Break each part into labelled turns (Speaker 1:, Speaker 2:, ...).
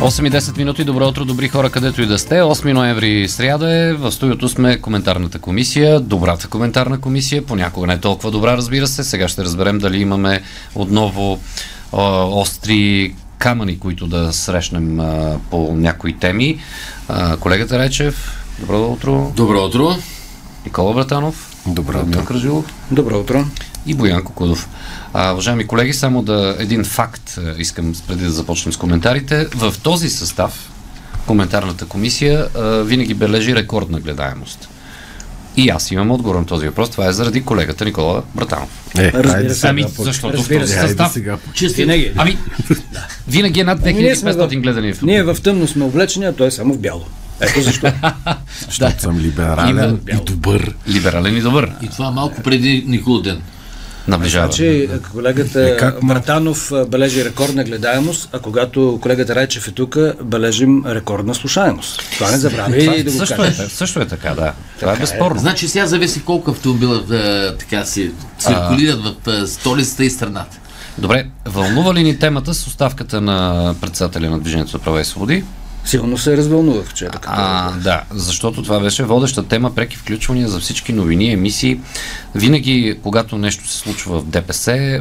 Speaker 1: 8 и 10 минути. Добро утро, добри хора, където и да сте. 8 ноември, сряда е. В студиото сме коментарната комисия, добрата коментарна комисия, понякога не е толкова добра, разбира се. Сега ще разберем дали имаме отново о, остри камъни, които да срещнем а, по някои теми. А, колегата Речев, добро утро.
Speaker 2: Добро утро.
Speaker 1: Никола Братанов.
Speaker 2: Добро
Speaker 1: Радмил Кръжилов.
Speaker 3: Добро утро.
Speaker 1: и Боян Кокудов. А, уважаеми колеги, само да един факт а, искам с- преди да започнем с коментарите. В този състав коментарната комисия а, винаги бележи рекордна гледаемост. И аз имам отговор на този въпрос. Това е заради колегата Никола Братанов.
Speaker 2: Е,
Speaker 3: Разбира
Speaker 2: хайде
Speaker 3: се.
Speaker 2: сега
Speaker 1: ами,
Speaker 2: пък.
Speaker 1: защото в
Speaker 3: Разбира
Speaker 1: този
Speaker 3: се.
Speaker 2: Хайде
Speaker 1: състав...
Speaker 2: сега.
Speaker 3: Чисти неги.
Speaker 1: Ами, винаги е над
Speaker 3: Ами, ние сме
Speaker 1: 2500
Speaker 3: в-
Speaker 1: гледания в
Speaker 3: Ние в тъмно сме облечени, а той е само в бяло. Ето защо.
Speaker 2: Защото съм либерален и добър.
Speaker 1: Либерален и добър.
Speaker 4: И това малко преди Никол ден.
Speaker 1: Наближава.
Speaker 3: Значи колегата Братанов а, бележи рекордна гледаемост, а когато колегата Райчев е тук, бележим рекордна слушаемост. Това не забравяй
Speaker 1: Това
Speaker 3: и да го
Speaker 1: също, е,
Speaker 3: кажеш.
Speaker 1: също е така, да. Това е безспорно.
Speaker 4: Значи сега зависи колко автомобила а, така си циркулират в а, столицата и страната.
Speaker 1: Добре, вълнува ли ни темата с оставката на председателя на Движението за права и свободи?
Speaker 3: Силно се развълнувах вчера. като-
Speaker 1: А, да, защото това беше водеща тема, преки включвания за всички новини, емисии. Винаги, когато нещо се случва в ДПС, е,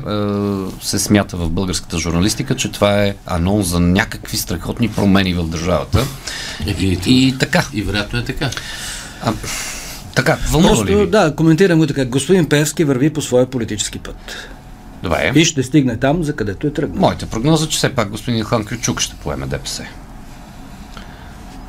Speaker 1: се смята в българската журналистика, че това е анонс за някакви страхотни промени в държавата.
Speaker 4: Е, И, и,
Speaker 1: И така,
Speaker 4: и вероятно е така.
Speaker 1: така, вълнува ли
Speaker 3: Просто,
Speaker 1: ви?
Speaker 3: да, коментирам го така. Господин Певски върви по своя политически път.
Speaker 1: Добре.
Speaker 3: И ще стигне там, за където е тръгнал.
Speaker 1: Моята прогноза е, че все пак господин Хан Кючук ще поеме ДПС.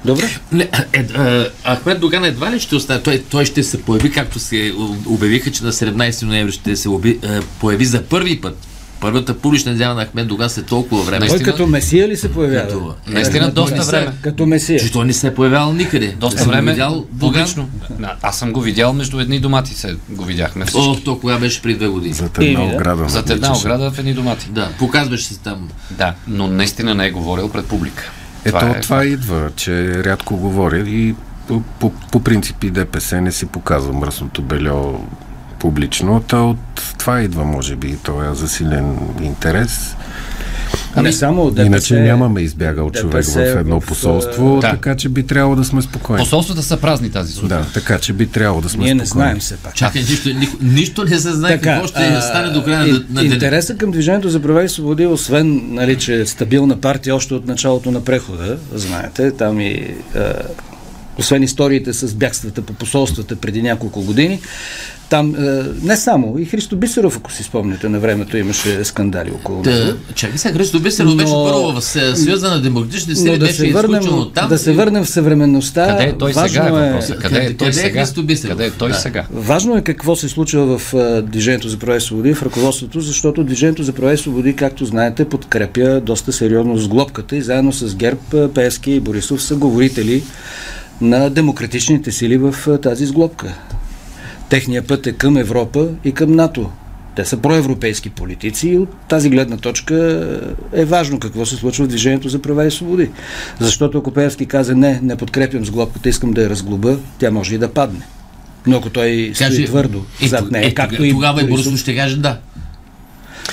Speaker 3: Добре?
Speaker 4: Не, е, е, Ахмед Доган едва ли ще остане? Той, той ще се появи, както се у- обявиха, че на 17 ноември ще се оби, е, появи за първи път. Първата публична изява на Ахмед Доган след толкова време.
Speaker 3: Той
Speaker 1: Наистина-
Speaker 3: като месия ли се появява?
Speaker 4: Като-
Speaker 1: наистина
Speaker 3: Е,
Speaker 1: доста
Speaker 3: не се-
Speaker 1: време.
Speaker 3: Като месия.
Speaker 4: Че той не се е появявал никъде.
Speaker 1: Доста
Speaker 4: Съм го
Speaker 1: време.
Speaker 4: Видял Доган.
Speaker 1: публично. Да, Аз съм го видял между едни домати, се го видяхме всички.
Speaker 4: О, то кога беше преди две години.
Speaker 2: Зад една
Speaker 3: Еми, да.
Speaker 2: ограда.
Speaker 1: Зад една
Speaker 2: навличаше.
Speaker 1: ограда в едни домати.
Speaker 4: Да, показваше се там.
Speaker 1: Да, но наистина не е говорил пред публика.
Speaker 2: Ето това,
Speaker 1: е-
Speaker 2: идва, че рядко говоря и по, по, по принцип и ДПС не си показва мръсното бельо публично. Та от това идва, може би, този засилен интерес.
Speaker 3: А
Speaker 1: Ами,
Speaker 3: не Ами, само от ДПС.
Speaker 2: Иначе нямаме избягал
Speaker 3: ДПС
Speaker 2: човек в едно
Speaker 3: в,
Speaker 2: посолство,
Speaker 1: да.
Speaker 2: така че би трябвало да сме спокойни.
Speaker 1: Посолствата са празни тази сутрин.
Speaker 2: Да, така че би трябвало да сме
Speaker 3: Ние не
Speaker 2: спокойни.
Speaker 3: знаем все пак.
Speaker 4: Чакай, нищо, нищо, нищо не се знае какво ще
Speaker 3: а,
Speaker 4: стане до края
Speaker 3: и-
Speaker 4: на, на деня.
Speaker 3: Интересът към Движението за права и свободи, освен, нали, че е стабилна партия още от началото на прехода, знаете, там и а, освен историите с бягствата по посолствата преди няколко години, там а, не само, и Христо Бисеров, ако си спомняте, на времето имаше скандали около него.
Speaker 4: Та, чакай сега, Христо Бисеров
Speaker 3: Но-
Speaker 4: беше първо в Се- Съюза на демократични
Speaker 3: Но
Speaker 4: сили,
Speaker 3: да
Speaker 4: беше
Speaker 3: се, върнем,
Speaker 4: изключен от там.
Speaker 3: да се върнем в съвременността.
Speaker 1: Къде е той
Speaker 3: важно
Speaker 1: сега е въпросът? Къде е
Speaker 4: Къде-
Speaker 1: той
Speaker 4: къде е
Speaker 1: сега?
Speaker 4: Христо Бисеров?
Speaker 1: Къде е той
Speaker 4: Да.
Speaker 1: сега?
Speaker 3: Важно е какво се случва в а, Движението за права и свободи, в ръководството, защото Движението за права и свободи, както знаете, подкрепя доста сериозно сглобката и заедно с ГЕРБ, а, Пески и Борисов са говорители на демократичните сили в а, тази сглобка. Техният път е към Европа и към НАТО. Те са проевропейски политици и от тази гледна точка е важно какво се случва в Движението за права и свободи. Защото ако Пеевски каза не, не подкрепям сглобката, искам да я разглоба, тя може и да падне. Но ако той стои
Speaker 4: Каже,
Speaker 3: твърдо
Speaker 4: е,
Speaker 3: зад нея,
Speaker 4: е,
Speaker 3: както
Speaker 4: тогава,
Speaker 3: и
Speaker 4: тогава и
Speaker 3: Борисов.
Speaker 4: Борисов ще каже да.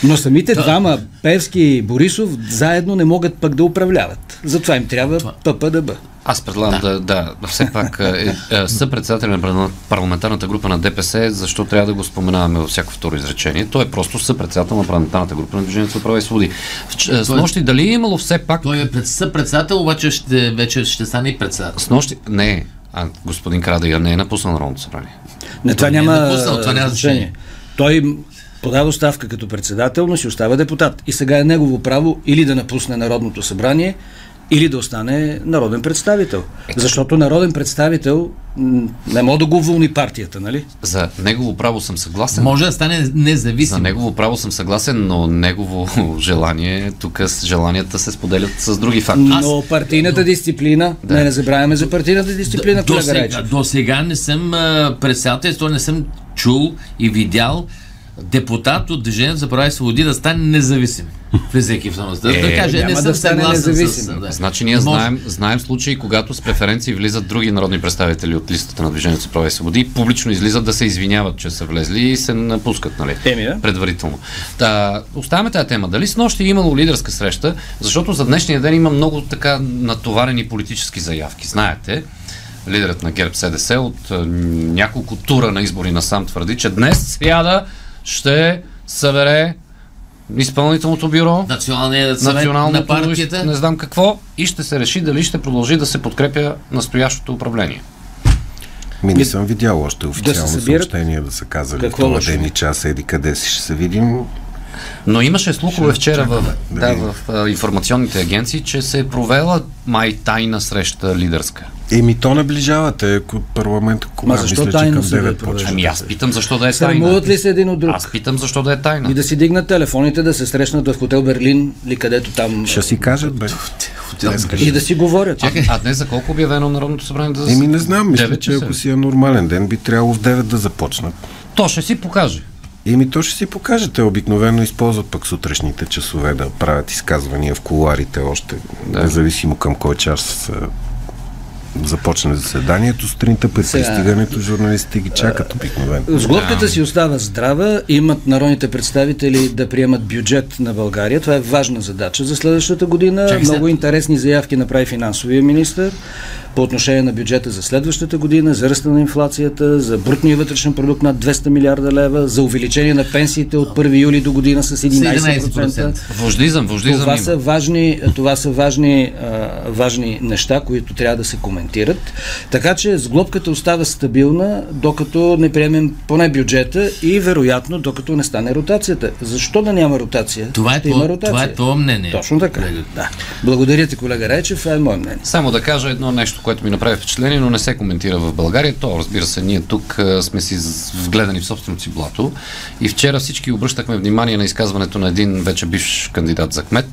Speaker 3: Но самите двама, Певски и Борисов, заедно не могат пък да управляват. Затова им трябва ППДБ.
Speaker 1: Аз предлагам да, да, все пак е, е, съпредседател на парла- парламентарната група на ДПС, защо трябва да го споменаваме във всяко второ изречение. Той е просто съпредседател на парламентарната група на Движението за права и свободи. Вч- е, С нощи дали е имало все пак...
Speaker 4: Той е пред, съпредседател, обаче ще, вече ще стане и председател.
Speaker 1: С нощи... Не, а господин Крадея не е напуснал Народното събрание.
Speaker 3: Не, това
Speaker 4: Той не е
Speaker 3: няма,
Speaker 4: напуснал, това няма значение.
Speaker 3: Той м- подава оставка като председател, но си остава депутат. И сега е негово право или да напусне Народното събрание, или да остане народен представител.
Speaker 4: Е,
Speaker 3: Защото народен представител м, не може да го уволни партията, нали?
Speaker 1: За негово право съм съгласен.
Speaker 4: Може да стане
Speaker 1: За
Speaker 4: независим.
Speaker 1: негово право съм съгласен, но негово желание, тук с- желанията се споделят с други фактори.
Speaker 3: Но партийната дисциплина, не, не забравяме за партийната дисциплина,
Speaker 4: до,
Speaker 3: колега
Speaker 4: сега,
Speaker 3: Райчев.
Speaker 4: до сега не съм а, председател, то не съм чул и видял депутат от Движението за права и свободи да стане независим, влизайки в самостта.
Speaker 1: Е,
Speaker 4: да каже,
Speaker 3: няма
Speaker 4: не
Speaker 3: да
Speaker 4: съм
Speaker 3: стане
Speaker 4: съгласен
Speaker 3: независим.
Speaker 4: с... Да.
Speaker 1: Значи ние
Speaker 4: Може.
Speaker 1: знаем, знаем случаи, когато с преференции влизат други народни представители от листата на Движението за права и свободи и публично излизат да се извиняват, че са влезли и се напускат, нали?
Speaker 3: Еми, да.
Speaker 1: Предварително. Та, оставяме тази тема. Дали с нощи е имало лидерска среща? Защото за днешния ден има много така натоварени политически заявки. Знаете, лидерът на ГЕРБ СДС от е, няколко тура на избори насам твърди, че днес сряда ще събере изпълнителното бюро,
Speaker 4: Националният съвет
Speaker 1: националното,
Speaker 4: на партията.
Speaker 1: не знам какво, и ще се реши дали ще продължи да се подкрепя настоящото управление.
Speaker 2: Ми не съм видял още официално
Speaker 3: събират?
Speaker 2: съобщение да са казали
Speaker 3: Какво
Speaker 2: Какво
Speaker 3: лошо?
Speaker 2: ден и час, еди къде си ще се видим.
Speaker 1: Но имаше слухове вчера в,
Speaker 2: да
Speaker 1: да,
Speaker 2: видим.
Speaker 1: в а, информационните агенции, че се е провела май тайна среща лидерска.
Speaker 2: Еми то наближавате, ако парламент, кога
Speaker 3: Ма защо
Speaker 2: мисля, че
Speaker 3: тайно
Speaker 2: към
Speaker 3: се да
Speaker 2: 9
Speaker 3: провежда?
Speaker 2: почва.
Speaker 1: Ами аз питам защо да е тайна.
Speaker 3: Срамуват ли се един от друг?
Speaker 1: Аз питам защо да е
Speaker 3: И
Speaker 1: тайна.
Speaker 3: да си дигнат телефоните, да се срещнат в хотел Берлин или където там.
Speaker 2: Ще си кажат, бе. Днеска
Speaker 3: И
Speaker 2: ще-
Speaker 3: да си говорят.
Speaker 1: А, а днес за колко обявено Народното събрание да
Speaker 2: Еми не знам, мисля,
Speaker 1: 9
Speaker 2: че
Speaker 1: часа.
Speaker 2: ако си е нормален ден, би трябвало в 9 да започнат.
Speaker 1: То ще си покаже.
Speaker 2: Еми то ще си покажете. Обикновено използват пък сутрешните часове да правят изказвания в коларите още, да. независимо към кой час а, започне заседанието. Сутринта при
Speaker 3: Сега- Е,
Speaker 2: пристигането журналистите ги чакат обикновено.
Speaker 3: Сглобката си остава здрава, имат народните представители да приемат бюджет на България. Това е важна задача за следващата година.
Speaker 4: Чакай сега.
Speaker 3: Много интересни заявки направи финансовия министр по отношение на бюджета за следващата година, за ръста на инфлацията, за брутния вътрешен продукт над 200 милиарда лева, за увеличение на пенсиите от 1 юли до година с 11%.
Speaker 4: 11%.
Speaker 1: Вождизъм, вождизъм
Speaker 3: Това
Speaker 1: има.
Speaker 3: са важни, това са важни, а, важни неща, които трябва да се коментират. Така че сглобката остава стабилна, докато не приемем поне бюджета и вероятно докато не стане ротацията. Защо да няма ротация?
Speaker 4: Това е
Speaker 3: да има
Speaker 4: твое-
Speaker 3: ротация.
Speaker 4: това е твое мнение.
Speaker 3: Точно така.
Speaker 4: Колега.
Speaker 3: Да. Благодаря ти, колега Райчев. Това е мое мнение.
Speaker 1: Само да кажа едно нещо, което ми направи впечатление, но не се коментира в България. То, разбира се, ние тук а, сме си з- вгледани в собственото си блато. И вчера всички обръщахме внимание на изказването на един вече бивш кандидат за кмет,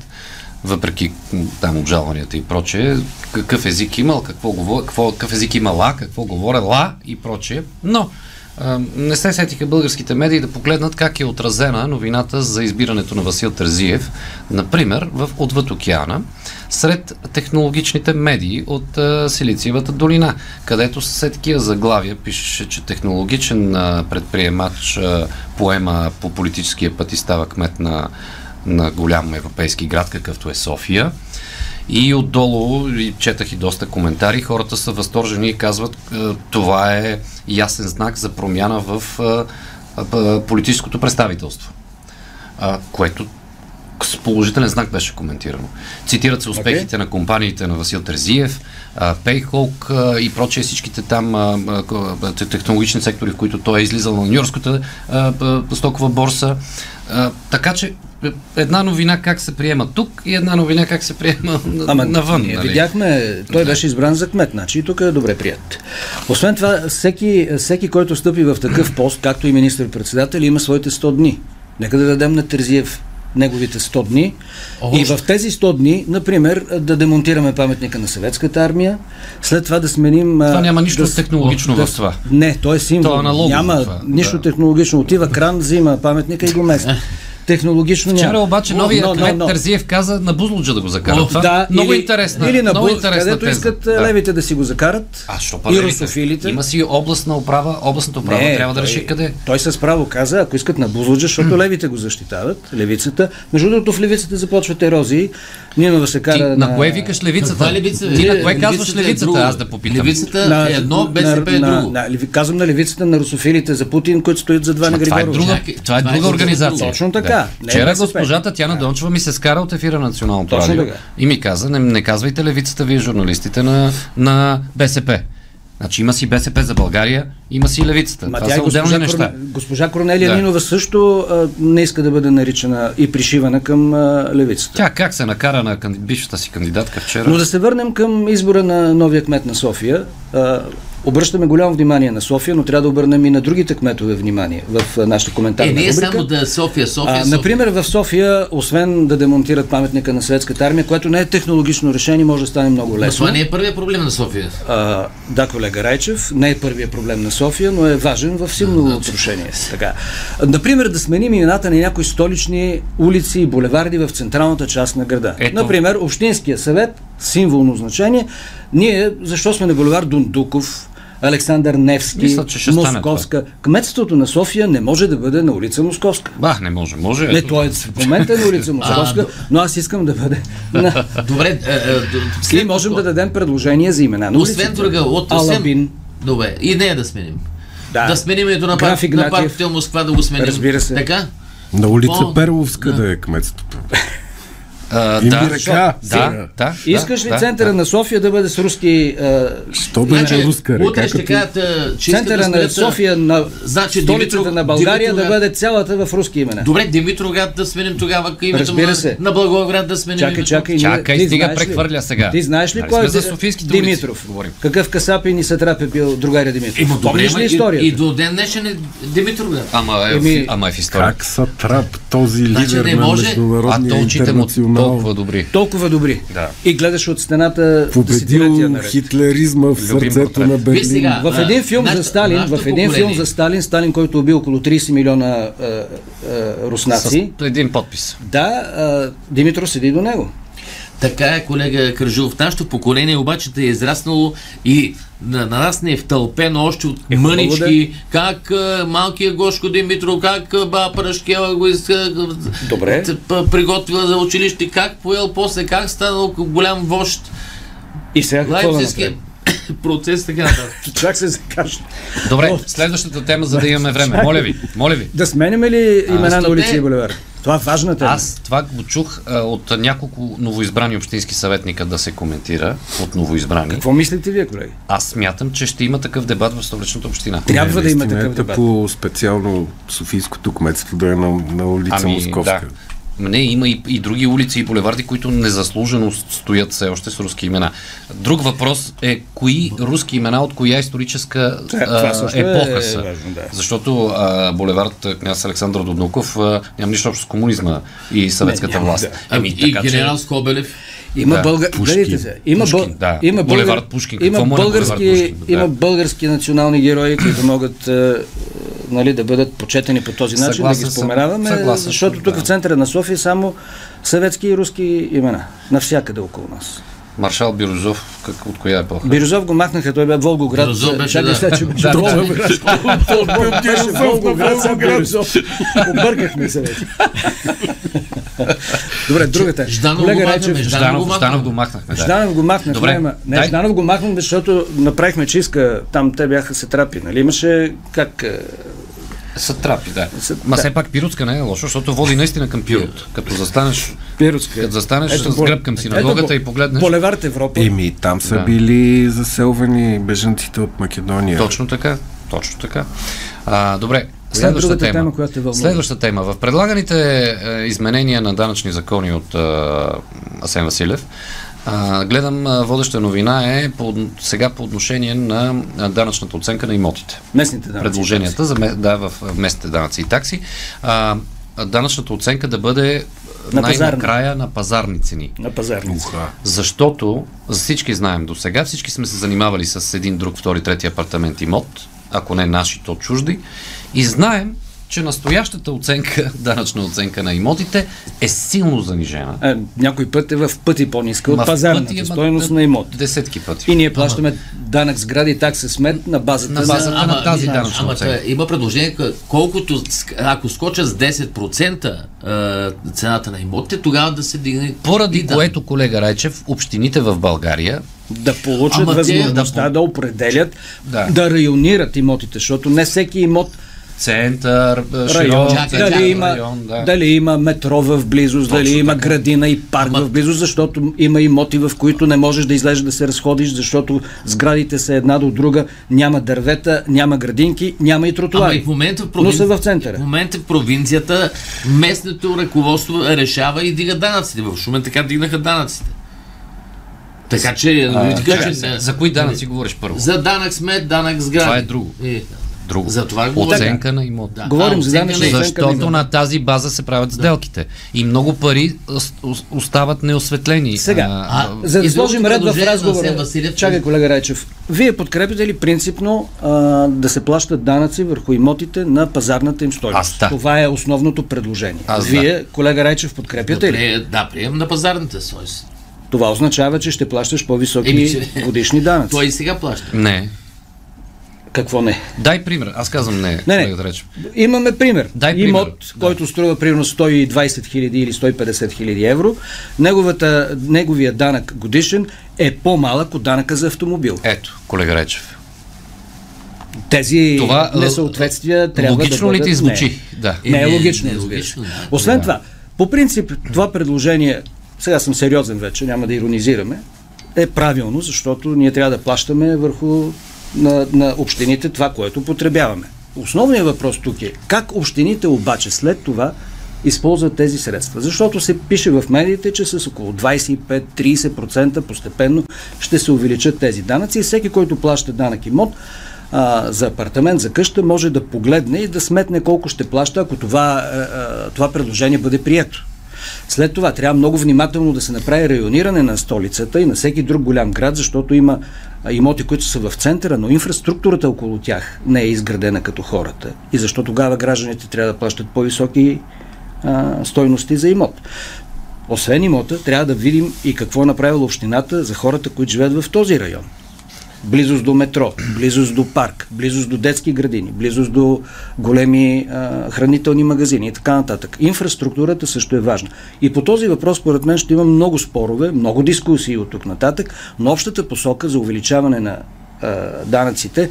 Speaker 1: въпреки м, там обжалванията и прочее, какъв език имал, какво говор... какво, какъв език имала, какво говорела и прочее. Но а, не се сетиха българските медии да погледнат как е отразена новината за избирането на Васил Терзиев, например, в Отвъд океана, сред технологичните медии от а, Силициевата долина, където с все такива заглавия пишеше, че технологичен а, предприемач а, поема по политическия път и става кмет на, на голям европейски град, какъвто е София. И отдолу и четах и доста коментари. Хората са възторжени и казват, е, това е ясен знак за промяна в е, е, политическото представителство. А, което с положителен знак беше коментирано. Цитират се успехите okay. на компаниите на Васил Терзиев, а, Payhawk а, и прочие всичките там а, а, к- а, те- технологични сектори, в които той е излизал на Нью-Йоркската а, п- стокова борса. А, така че е, една новина как се приема тук и една новина как се приема на- навън.
Speaker 3: ние
Speaker 1: нали?
Speaker 3: видяхме, той беше избран за кмет, значи и тук е добре прият. Освен това, всеки, всеки който стъпи в такъв пост, както и министър-председател, има своите 100 дни. Нека да дадем на Терзиев неговите 100 дни.
Speaker 4: О,
Speaker 3: и в тези 100 дни, например, да демонтираме паметника на съветската армия, след това да сменим... а,
Speaker 1: Това няма нищо технологично
Speaker 3: да,
Speaker 1: в това.
Speaker 3: Не, то е символ.
Speaker 1: То е аналогно
Speaker 3: няма
Speaker 1: това,
Speaker 3: нищо
Speaker 1: да. Е.
Speaker 3: технологично. Отива кран, взима паметника и го мести. Технологично няма.
Speaker 1: Вчера обаче новия
Speaker 3: Но, но,
Speaker 1: кмет
Speaker 3: но.
Speaker 1: Терзиев каза на Бузлуджа да го закара.
Speaker 4: О,
Speaker 1: Това да, много
Speaker 3: или,
Speaker 1: интересно.
Speaker 3: Или на
Speaker 1: много
Speaker 3: Буд,
Speaker 1: интересна
Speaker 3: където
Speaker 1: теза.
Speaker 3: искат нали,
Speaker 1: Да.
Speaker 3: да. левите да си го закарат.
Speaker 1: А, що па
Speaker 3: и
Speaker 1: левите?
Speaker 3: русофилите.
Speaker 1: Има си областна управа, областната управа не, трябва да
Speaker 3: той-
Speaker 1: реши къде.
Speaker 3: Той с право каза, ако искат на Бузлуджа, защото левите го защитават, левицата. Между другото, в левицата започват ерозии. Нинова да се
Speaker 1: Ти
Speaker 3: кара
Speaker 1: на кое викаш левицата?
Speaker 4: Каква е левица? бе?
Speaker 1: Ти на кое
Speaker 4: Левицата
Speaker 1: казваш
Speaker 4: е друго.
Speaker 1: левицата? Аз да попитам.
Speaker 4: Левицата е едно, БСП е
Speaker 3: на,
Speaker 4: друго.
Speaker 3: на, леви- казвам на левицата на русофилите за Путин, които стоят за Дван
Speaker 1: Това е
Speaker 3: Григоров.
Speaker 1: друга,
Speaker 4: Чакай,
Speaker 1: това е
Speaker 4: това е
Speaker 1: друга
Speaker 4: друго.
Speaker 1: организация.
Speaker 3: Точно така.
Speaker 1: Да.
Speaker 3: Не е
Speaker 1: Вчера
Speaker 3: БСП.
Speaker 1: госпожа Татяна Дончева ми се скара от ефира на Националното
Speaker 3: Точно
Speaker 1: радио
Speaker 3: така.
Speaker 1: и ми каза, не, не казвайте левицата, вие журналистите на, на БСП. Значи има си БСП за България, има си и левицата.
Speaker 3: Ма
Speaker 1: това
Speaker 3: тя и
Speaker 1: са отделни
Speaker 3: госпожа,
Speaker 1: неща.
Speaker 3: Корне- госпожа Корнелия
Speaker 1: Да.
Speaker 3: Нинова също а, не иска да бъде наричана и пришивана към а, левицата.
Speaker 1: Тя как се накара на кан- бившата си кандидатка вчера?
Speaker 3: Но да се върнем към избора на новия кмет на София. А, Обръщаме голямо внимание на София, но трябва да обърнем и на другите кметове внимание в а, нашата
Speaker 4: Е,
Speaker 3: коментарна
Speaker 4: не е
Speaker 3: рубрика.
Speaker 4: само да София, София,
Speaker 3: А,
Speaker 4: София.
Speaker 3: например, в София, освен да демонтират паметника на Светската армия, което не е технологично решение, може да стане много
Speaker 4: Но
Speaker 3: лесно.
Speaker 4: това не е първият проблем на София.
Speaker 3: А, да, колега Райчев, не е първият проблем на София, но е важен в силно отношение. Така. Например, да сменим имената на някои столични улици и булеварди в централната част на града.
Speaker 1: Ето.
Speaker 3: Например, Общинския съвет, символно значение. Ние, защо сме на булевар Дундуков, Александър Невски,
Speaker 1: Мисля, че ще стане
Speaker 3: Московска. Кметството на София не може да бъде на улица Московска.
Speaker 1: Бах, не може, може.
Speaker 3: Не,
Speaker 1: Ето.
Speaker 3: той е в момента е на улица Московска, но аз искам да бъде на...
Speaker 4: Добре, е, е, д-
Speaker 3: И
Speaker 4: след
Speaker 3: можем
Speaker 4: това.
Speaker 3: да дадем предложения за имена на
Speaker 4: Освен
Speaker 3: улиците.
Speaker 4: друга, от
Speaker 3: Алабин.
Speaker 4: 8... Добре, и нея да сменим.
Speaker 3: Да.
Speaker 4: Да, сменим ето на
Speaker 3: Граф
Speaker 4: парк, на
Speaker 3: Игнатиев.
Speaker 4: парк Хотел Москва да го сменим.
Speaker 3: Разбира се.
Speaker 4: Така?
Speaker 2: На улица
Speaker 4: О,
Speaker 2: Перловска да е кметството.
Speaker 1: А,
Speaker 2: Им
Speaker 1: да,
Speaker 2: би ръка.
Speaker 1: да, да,
Speaker 3: Искаш ли
Speaker 1: да,
Speaker 3: центъра на София да бъде с руски... а,
Speaker 2: Що бе на руска река?
Speaker 4: Значи, утре ще
Speaker 2: Като...
Speaker 4: кажат, а, че искат да
Speaker 3: центъра на
Speaker 4: сменят, е, а,
Speaker 3: София, на
Speaker 4: Значи
Speaker 3: столицата
Speaker 4: Димитров-
Speaker 3: на България да
Speaker 4: Димитров-
Speaker 3: бъде цялата в руски имена.
Speaker 4: Добре, Димитроград да сменим тогава към името
Speaker 3: Разбира
Speaker 4: на,
Speaker 3: се.
Speaker 4: на Благоевград да сменим
Speaker 3: Чакай,
Speaker 4: името.
Speaker 3: чакай. ние-
Speaker 1: Чакай,
Speaker 3: ти
Speaker 1: стига
Speaker 3: знаеш ли-
Speaker 1: прехвърля сега.
Speaker 3: Ти знаеш ли
Speaker 1: Нали
Speaker 3: кой е
Speaker 1: сме за
Speaker 3: Ди-
Speaker 1: софийските улици
Speaker 3: Димитров?
Speaker 1: говорим?
Speaker 3: Какъв касап и ни сатрап е бил другаря Димитров?
Speaker 4: Има добре,
Speaker 3: Помниш
Speaker 4: ма,
Speaker 3: ли
Speaker 4: и, и
Speaker 3: историята?
Speaker 4: до ден днешен е Димитроград.
Speaker 1: Ама е,
Speaker 3: Еми-
Speaker 1: в, ама е в история.
Speaker 2: Как са трап този
Speaker 4: Значи
Speaker 2: лидер
Speaker 4: не
Speaker 2: на
Speaker 4: може,
Speaker 1: А
Speaker 2: международния
Speaker 1: то очите му толкова
Speaker 2: интернационал?
Speaker 1: добри.
Speaker 3: Толкова добри.
Speaker 1: Да.
Speaker 3: И гледаш от стената десетилетия
Speaker 2: Победил
Speaker 3: наред.
Speaker 2: хитлеризма в
Speaker 1: Любим
Speaker 2: сърцето
Speaker 1: портрет.
Speaker 2: на
Speaker 1: Виж
Speaker 2: Берлин.
Speaker 4: сега,
Speaker 3: В
Speaker 4: А,
Speaker 3: един филм
Speaker 4: нашето-
Speaker 3: за Сталин, в
Speaker 4: нашето
Speaker 3: един филм
Speaker 4: поколение.
Speaker 3: за Сталин, Сталин, който уби около 30 милиона а, а, руснаци,
Speaker 1: С един подпис.
Speaker 3: да, а, Димитров седи до него.
Speaker 4: Така е, колега Кържилов. Нашето поколение обаче те е израснало и на, на нас не е втълпено още от е, мънички, как а, малкия Гошко Димитров, как а, ба Парашкева го иска,
Speaker 3: Добре.
Speaker 4: т- п- приготвила за училище, как поел после, как станал голям вожд.
Speaker 3: И сега какво да
Speaker 4: Лайпцигския
Speaker 3: направим?
Speaker 4: процес, така нататък.
Speaker 3: Чак се закажа.
Speaker 1: Добре, следващата тема, за да имаме време. Моля ви, моля ви.
Speaker 3: Да сменяме ли имена на
Speaker 4: стоте.
Speaker 3: улици и булевар? Това е важна тема.
Speaker 1: Аз това го чух а, от няколко новоизбрани общински съветника да се коментира от новоизбрани.
Speaker 3: Какво мислите вие, колеги?
Speaker 1: Аз смятам, че ще има такъв дебат в столичната община.
Speaker 3: Трябва да има
Speaker 2: Наистина,
Speaker 1: е
Speaker 3: такъв
Speaker 2: ето
Speaker 3: дебат.
Speaker 2: по специално Софийското кметство да е на, на улица
Speaker 3: Ами,
Speaker 2: Московска.
Speaker 1: Ами, Да. Не, има и, и други улици и булеварди, които незаслужено стоят все още с руски имена. Друг въпрос е кои руски имена от коя историческа
Speaker 3: това
Speaker 1: а,
Speaker 3: също е
Speaker 1: епоха са.
Speaker 3: важно, да.
Speaker 1: Защото а, булевард а, княз Александър Дуднуков а, няма нищо общо с комунизма и съветската
Speaker 3: няма,
Speaker 1: власт.
Speaker 3: да.
Speaker 1: Ами,
Speaker 4: и
Speaker 1: така,
Speaker 4: генерал
Speaker 1: че...
Speaker 4: Скобелев.
Speaker 3: Има
Speaker 1: Да,
Speaker 3: българ...
Speaker 2: Пушкин.
Speaker 3: Гледайте се. Има,
Speaker 1: Пушкин,
Speaker 3: бъл-
Speaker 1: да.
Speaker 3: има, българ-
Speaker 1: Булевард Пушкин. Какво му
Speaker 3: има,
Speaker 1: е булевард
Speaker 3: български,
Speaker 1: Пушкин? Да.
Speaker 3: има български национални герои, които могат е, нали, да бъдат почетени по този начин,
Speaker 1: Съгласен
Speaker 3: да ги
Speaker 1: съм.
Speaker 3: споменаваме,
Speaker 1: Съгласен съм,
Speaker 3: защото тук
Speaker 1: да.
Speaker 3: в центъра на София само съветски и руски имена. Навсякъде около нас.
Speaker 1: Маршал Бирюзов, как, от коя епоха?
Speaker 3: Бирюзов го махнаха, той бе Волгоград.
Speaker 4: Бирюзов беше,
Speaker 3: Чакай
Speaker 4: да.
Speaker 3: сега, че беше Волгоград. Беше Волгоград, сега Бирюзов. Объркахме се вече. Добре, другата.
Speaker 4: Жданов
Speaker 3: Колега
Speaker 4: го
Speaker 3: Райчев,
Speaker 4: махаме, Жданов го
Speaker 1: Жданов, Жданов
Speaker 4: махаме.
Speaker 1: го махнахме. Да.
Speaker 3: Жданов го махнахме.
Speaker 1: Добре,
Speaker 3: ама- Не,
Speaker 1: дай-
Speaker 3: Жданов го махнахме, защото направихме чистка. Там те бяха се трапи. Нали? Имаше как... е,
Speaker 1: Сатрапи, да.
Speaker 3: Са-
Speaker 1: Ма
Speaker 3: да.
Speaker 1: все пак пиротска не е лошо, защото води наистина към пирот. Като застанеш
Speaker 3: Пиротска.
Speaker 1: Като застанеш с
Speaker 3: бо-
Speaker 1: гръб към
Speaker 3: ето
Speaker 1: синагогата
Speaker 3: бо-
Speaker 1: и погледнеш.
Speaker 3: Булевард Европа.
Speaker 2: Еми, там са
Speaker 1: Да.
Speaker 2: били заселвани бежанците от Македония.
Speaker 1: Точно така. Точно така. А, добре. Следваща
Speaker 3: е другата
Speaker 1: тема.
Speaker 3: тема, която те вълнува?
Speaker 1: Следваща тема. В предлаганите е, изменения на данъчни закони от е, Асен Василев, а, гледам а, водеща новина е по, сега по отношение на а, данъчната оценка на имотите.
Speaker 3: Местните данъци.
Speaker 1: предложенията за ме- да, в в местните данъци и такси. А, данъчната оценка да бъде
Speaker 3: На
Speaker 1: най-накрая на пазарни цени.
Speaker 3: На пазарници.
Speaker 2: Уха.
Speaker 1: Защото за всички знаем до сега, всички сме се занимавали с един, друг, втори, трети апартамент имот, ако не наши, то чужди. И знаем, че настоящата оценка, данъчна оценка на имотите е силно занижена.
Speaker 3: Е, някой път е в пъти по-ниска
Speaker 1: Ма в
Speaker 3: от
Speaker 1: пъти,
Speaker 3: пазарната
Speaker 1: ама
Speaker 3: стоеност
Speaker 1: да-
Speaker 3: на имот.
Speaker 1: Десетки пъти.
Speaker 3: И ние плащаме данък сгради и такса смет на базата
Speaker 1: На базата на тази данъчна
Speaker 4: ама,
Speaker 1: оценка.
Speaker 4: та, Има предложение, къ- колкото, ск- ако скоча с 10% е, цената на имотите, тогава да се дигне.
Speaker 1: Поради
Speaker 4: и да.
Speaker 1: което, колега Райчев, общините в България
Speaker 3: да получат
Speaker 4: Ама те-
Speaker 3: възможността да,
Speaker 1: да-
Speaker 3: определят, да.
Speaker 1: Да.
Speaker 3: районират имотите, защото не всеки имот
Speaker 1: център, е,
Speaker 3: район,
Speaker 1: широк
Speaker 4: чакай,
Speaker 1: център,
Speaker 3: дали,
Speaker 4: чакай,
Speaker 3: има,
Speaker 1: район, да.
Speaker 3: дали има метро в близост, дали има градина и парк в близост, защото има имоти, в които не можеш да излезеш да се разходиш, защото сградите са една до друга, няма дървета, няма градинки, няма и
Speaker 4: Ама
Speaker 3: тротуари.
Speaker 4: и в момента в
Speaker 3: е. Но са
Speaker 4: провин-
Speaker 3: в центъра.
Speaker 4: В момента в провинцията местното ръководство решава и дига данъците. В Шумен така дигнаха данъците. Така че, а, така, че
Speaker 1: За, за кои данъци говориш първо?
Speaker 4: за данък смет, данък сгради.
Speaker 1: Това е друго.
Speaker 4: Е,
Speaker 1: Друго.
Speaker 4: За това говорим.
Speaker 1: Оценка на имот.
Speaker 4: да.
Speaker 3: Говорим
Speaker 4: А,
Speaker 3: за
Speaker 4: оценка
Speaker 3: данъчна
Speaker 4: на-
Speaker 3: оценка.
Speaker 1: Защото на тази база се правят сделките. И много пари ос- ос- остават неосветлени.
Speaker 3: Сега,
Speaker 1: А,
Speaker 4: а,
Speaker 3: За да
Speaker 4: Излъчи
Speaker 3: сложим ред в
Speaker 4: предложение на
Speaker 3: разговора.
Speaker 4: Асен Василев.
Speaker 3: Чакай, колега Райчев. Вие подкрепите ли принципно а, да се плащат данъци върху имотите на пазарната им стойност?
Speaker 1: Аз да.
Speaker 3: Това е основното предложение.
Speaker 1: Аз да.
Speaker 3: Вие, колега Райчев, подкрепяте
Speaker 4: да,
Speaker 3: ли?
Speaker 4: прие- да, прием на пазарната стойност.
Speaker 3: Това означава, че ще плащаш
Speaker 4: Еми,
Speaker 3: по-високи
Speaker 4: че-
Speaker 3: годишни данъци.
Speaker 4: Той и сега плаща.
Speaker 1: Не.
Speaker 3: Какво не?
Speaker 1: Дай пример. Аз казвам не.
Speaker 3: Не,
Speaker 1: колега
Speaker 3: не.
Speaker 1: Дречев.
Speaker 3: Имаме пример.
Speaker 1: Дай пример.
Speaker 3: Имот, който струва примерно 120 хиляди или 150 хиляди евро, неговата, неговия данък годишен е по-малък от данъка за автомобил.
Speaker 1: Ето, колега Речев.
Speaker 3: Тези
Speaker 1: Това, а,
Speaker 3: несъответствия трябва да
Speaker 1: логично ли
Speaker 3: бъдат...
Speaker 1: ти звучи?
Speaker 3: Не,
Speaker 1: Да.
Speaker 3: не е
Speaker 4: Еми,
Speaker 3: логично.
Speaker 4: не е
Speaker 3: разбира
Speaker 4: логично,
Speaker 3: се.
Speaker 4: да.
Speaker 3: Освен това, по принцип това предложение, сега съм сериозен вече, няма да иронизираме, е правилно, защото ние трябва да плащаме върху на, на общините това, което потребяваме. Основният въпрос тук е как общините обаче след това използват тези средства. Защото се пише в медиите, че с около 25-30% постепенно ще се увеличат тези данъци и всеки, който плаща данък имот а, за апартамент, за къща, може да погледне и да сметне колко ще плаща, ако това, а, а, това предложение бъде прието. След това трябва много внимателно да се направи райониране на столицата и на всеки друг голям град, защото има а, имоти, които са в центъра, но инфраструктурата около тях не е изградена като хората. И защо тогава гражданите трябва да плащат по-високи а, стойности за имот? Освен имота, трябва да видим и какво е направила общината за хората, които живеят в този район. Близост до метро, близост до парк, близост до детски градини, близост до големи а, хранителни магазини и така нататък. Инфраструктурата също е важна. И по този въпрос, според мен, ще има много спорове, много дискусии от тук нататък, но общата посока за увеличаване на а, данъците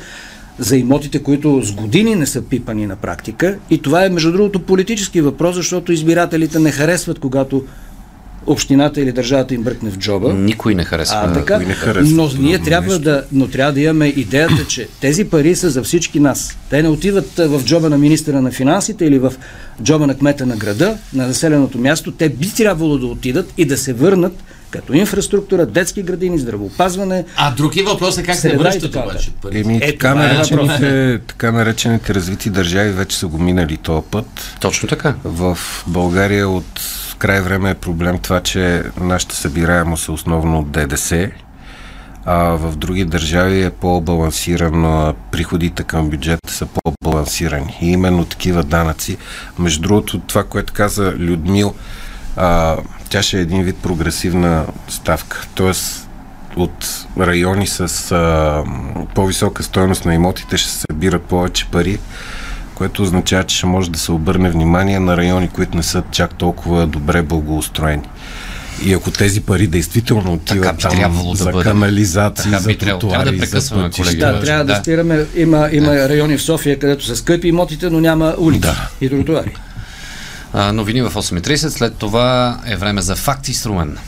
Speaker 3: за имотите, които с години не са пипани на практика. И това е, между другото, политически въпрос, защото избирателите не харесват, когато общината или държавата им бръкне в джоба.
Speaker 1: Никой не харесва.
Speaker 3: А, така,
Speaker 2: не харесва
Speaker 3: но
Speaker 2: подобно
Speaker 3: ние трябва
Speaker 2: нещо.
Speaker 3: да, но трябва да имаме идеята, че тези пари са за всички нас. Те не отиват а, в джоба на министра на финансите или в джоба на кмета на града, на населеното място. Те би трябвало да отидат и да се върнат като инфраструктура, детски градини, здравеопазване.
Speaker 4: А друг е въпросът как се
Speaker 3: Среда и
Speaker 4: връщат
Speaker 3: така,
Speaker 4: обаче
Speaker 3: да.
Speaker 4: пари.
Speaker 2: Еми,
Speaker 3: Е,
Speaker 2: така,
Speaker 3: това е
Speaker 2: наречените, така наречените развити държави вече са го минали този път.
Speaker 1: Точно така.
Speaker 2: В България от край време е проблем това, че нашата събираемост е основно от ДДС, а в други държави е по-балансирано, приходите към бюджета са по-балансирани. И именно такива данъци. Между другото, това, което каза Людмил, а, тя ще е един вид прогресивна ставка. Тоест, от райони с а, по-висока стоеност на имотите ще се събират повече пари, което означава, че ще може да се обърне внимание на райони, които не са чак толкова добре благоустроени. И ако тези пари действително отиват
Speaker 1: би трябвало
Speaker 2: там
Speaker 1: да
Speaker 2: за
Speaker 1: бъде.
Speaker 2: канализации,
Speaker 1: Така би
Speaker 2: за
Speaker 1: трябвало. Трябва да
Speaker 2: тротуари, за
Speaker 1: прекъсваме,
Speaker 2: пътища.
Speaker 1: колеги.
Speaker 3: Да,
Speaker 1: Да,
Speaker 3: трябва да,
Speaker 1: да.
Speaker 3: спираме. Има, има райони в София, където са скъпи имотите, но няма улици и тротуари.
Speaker 1: А, новини в 8.30. След това е време за факт и струмен.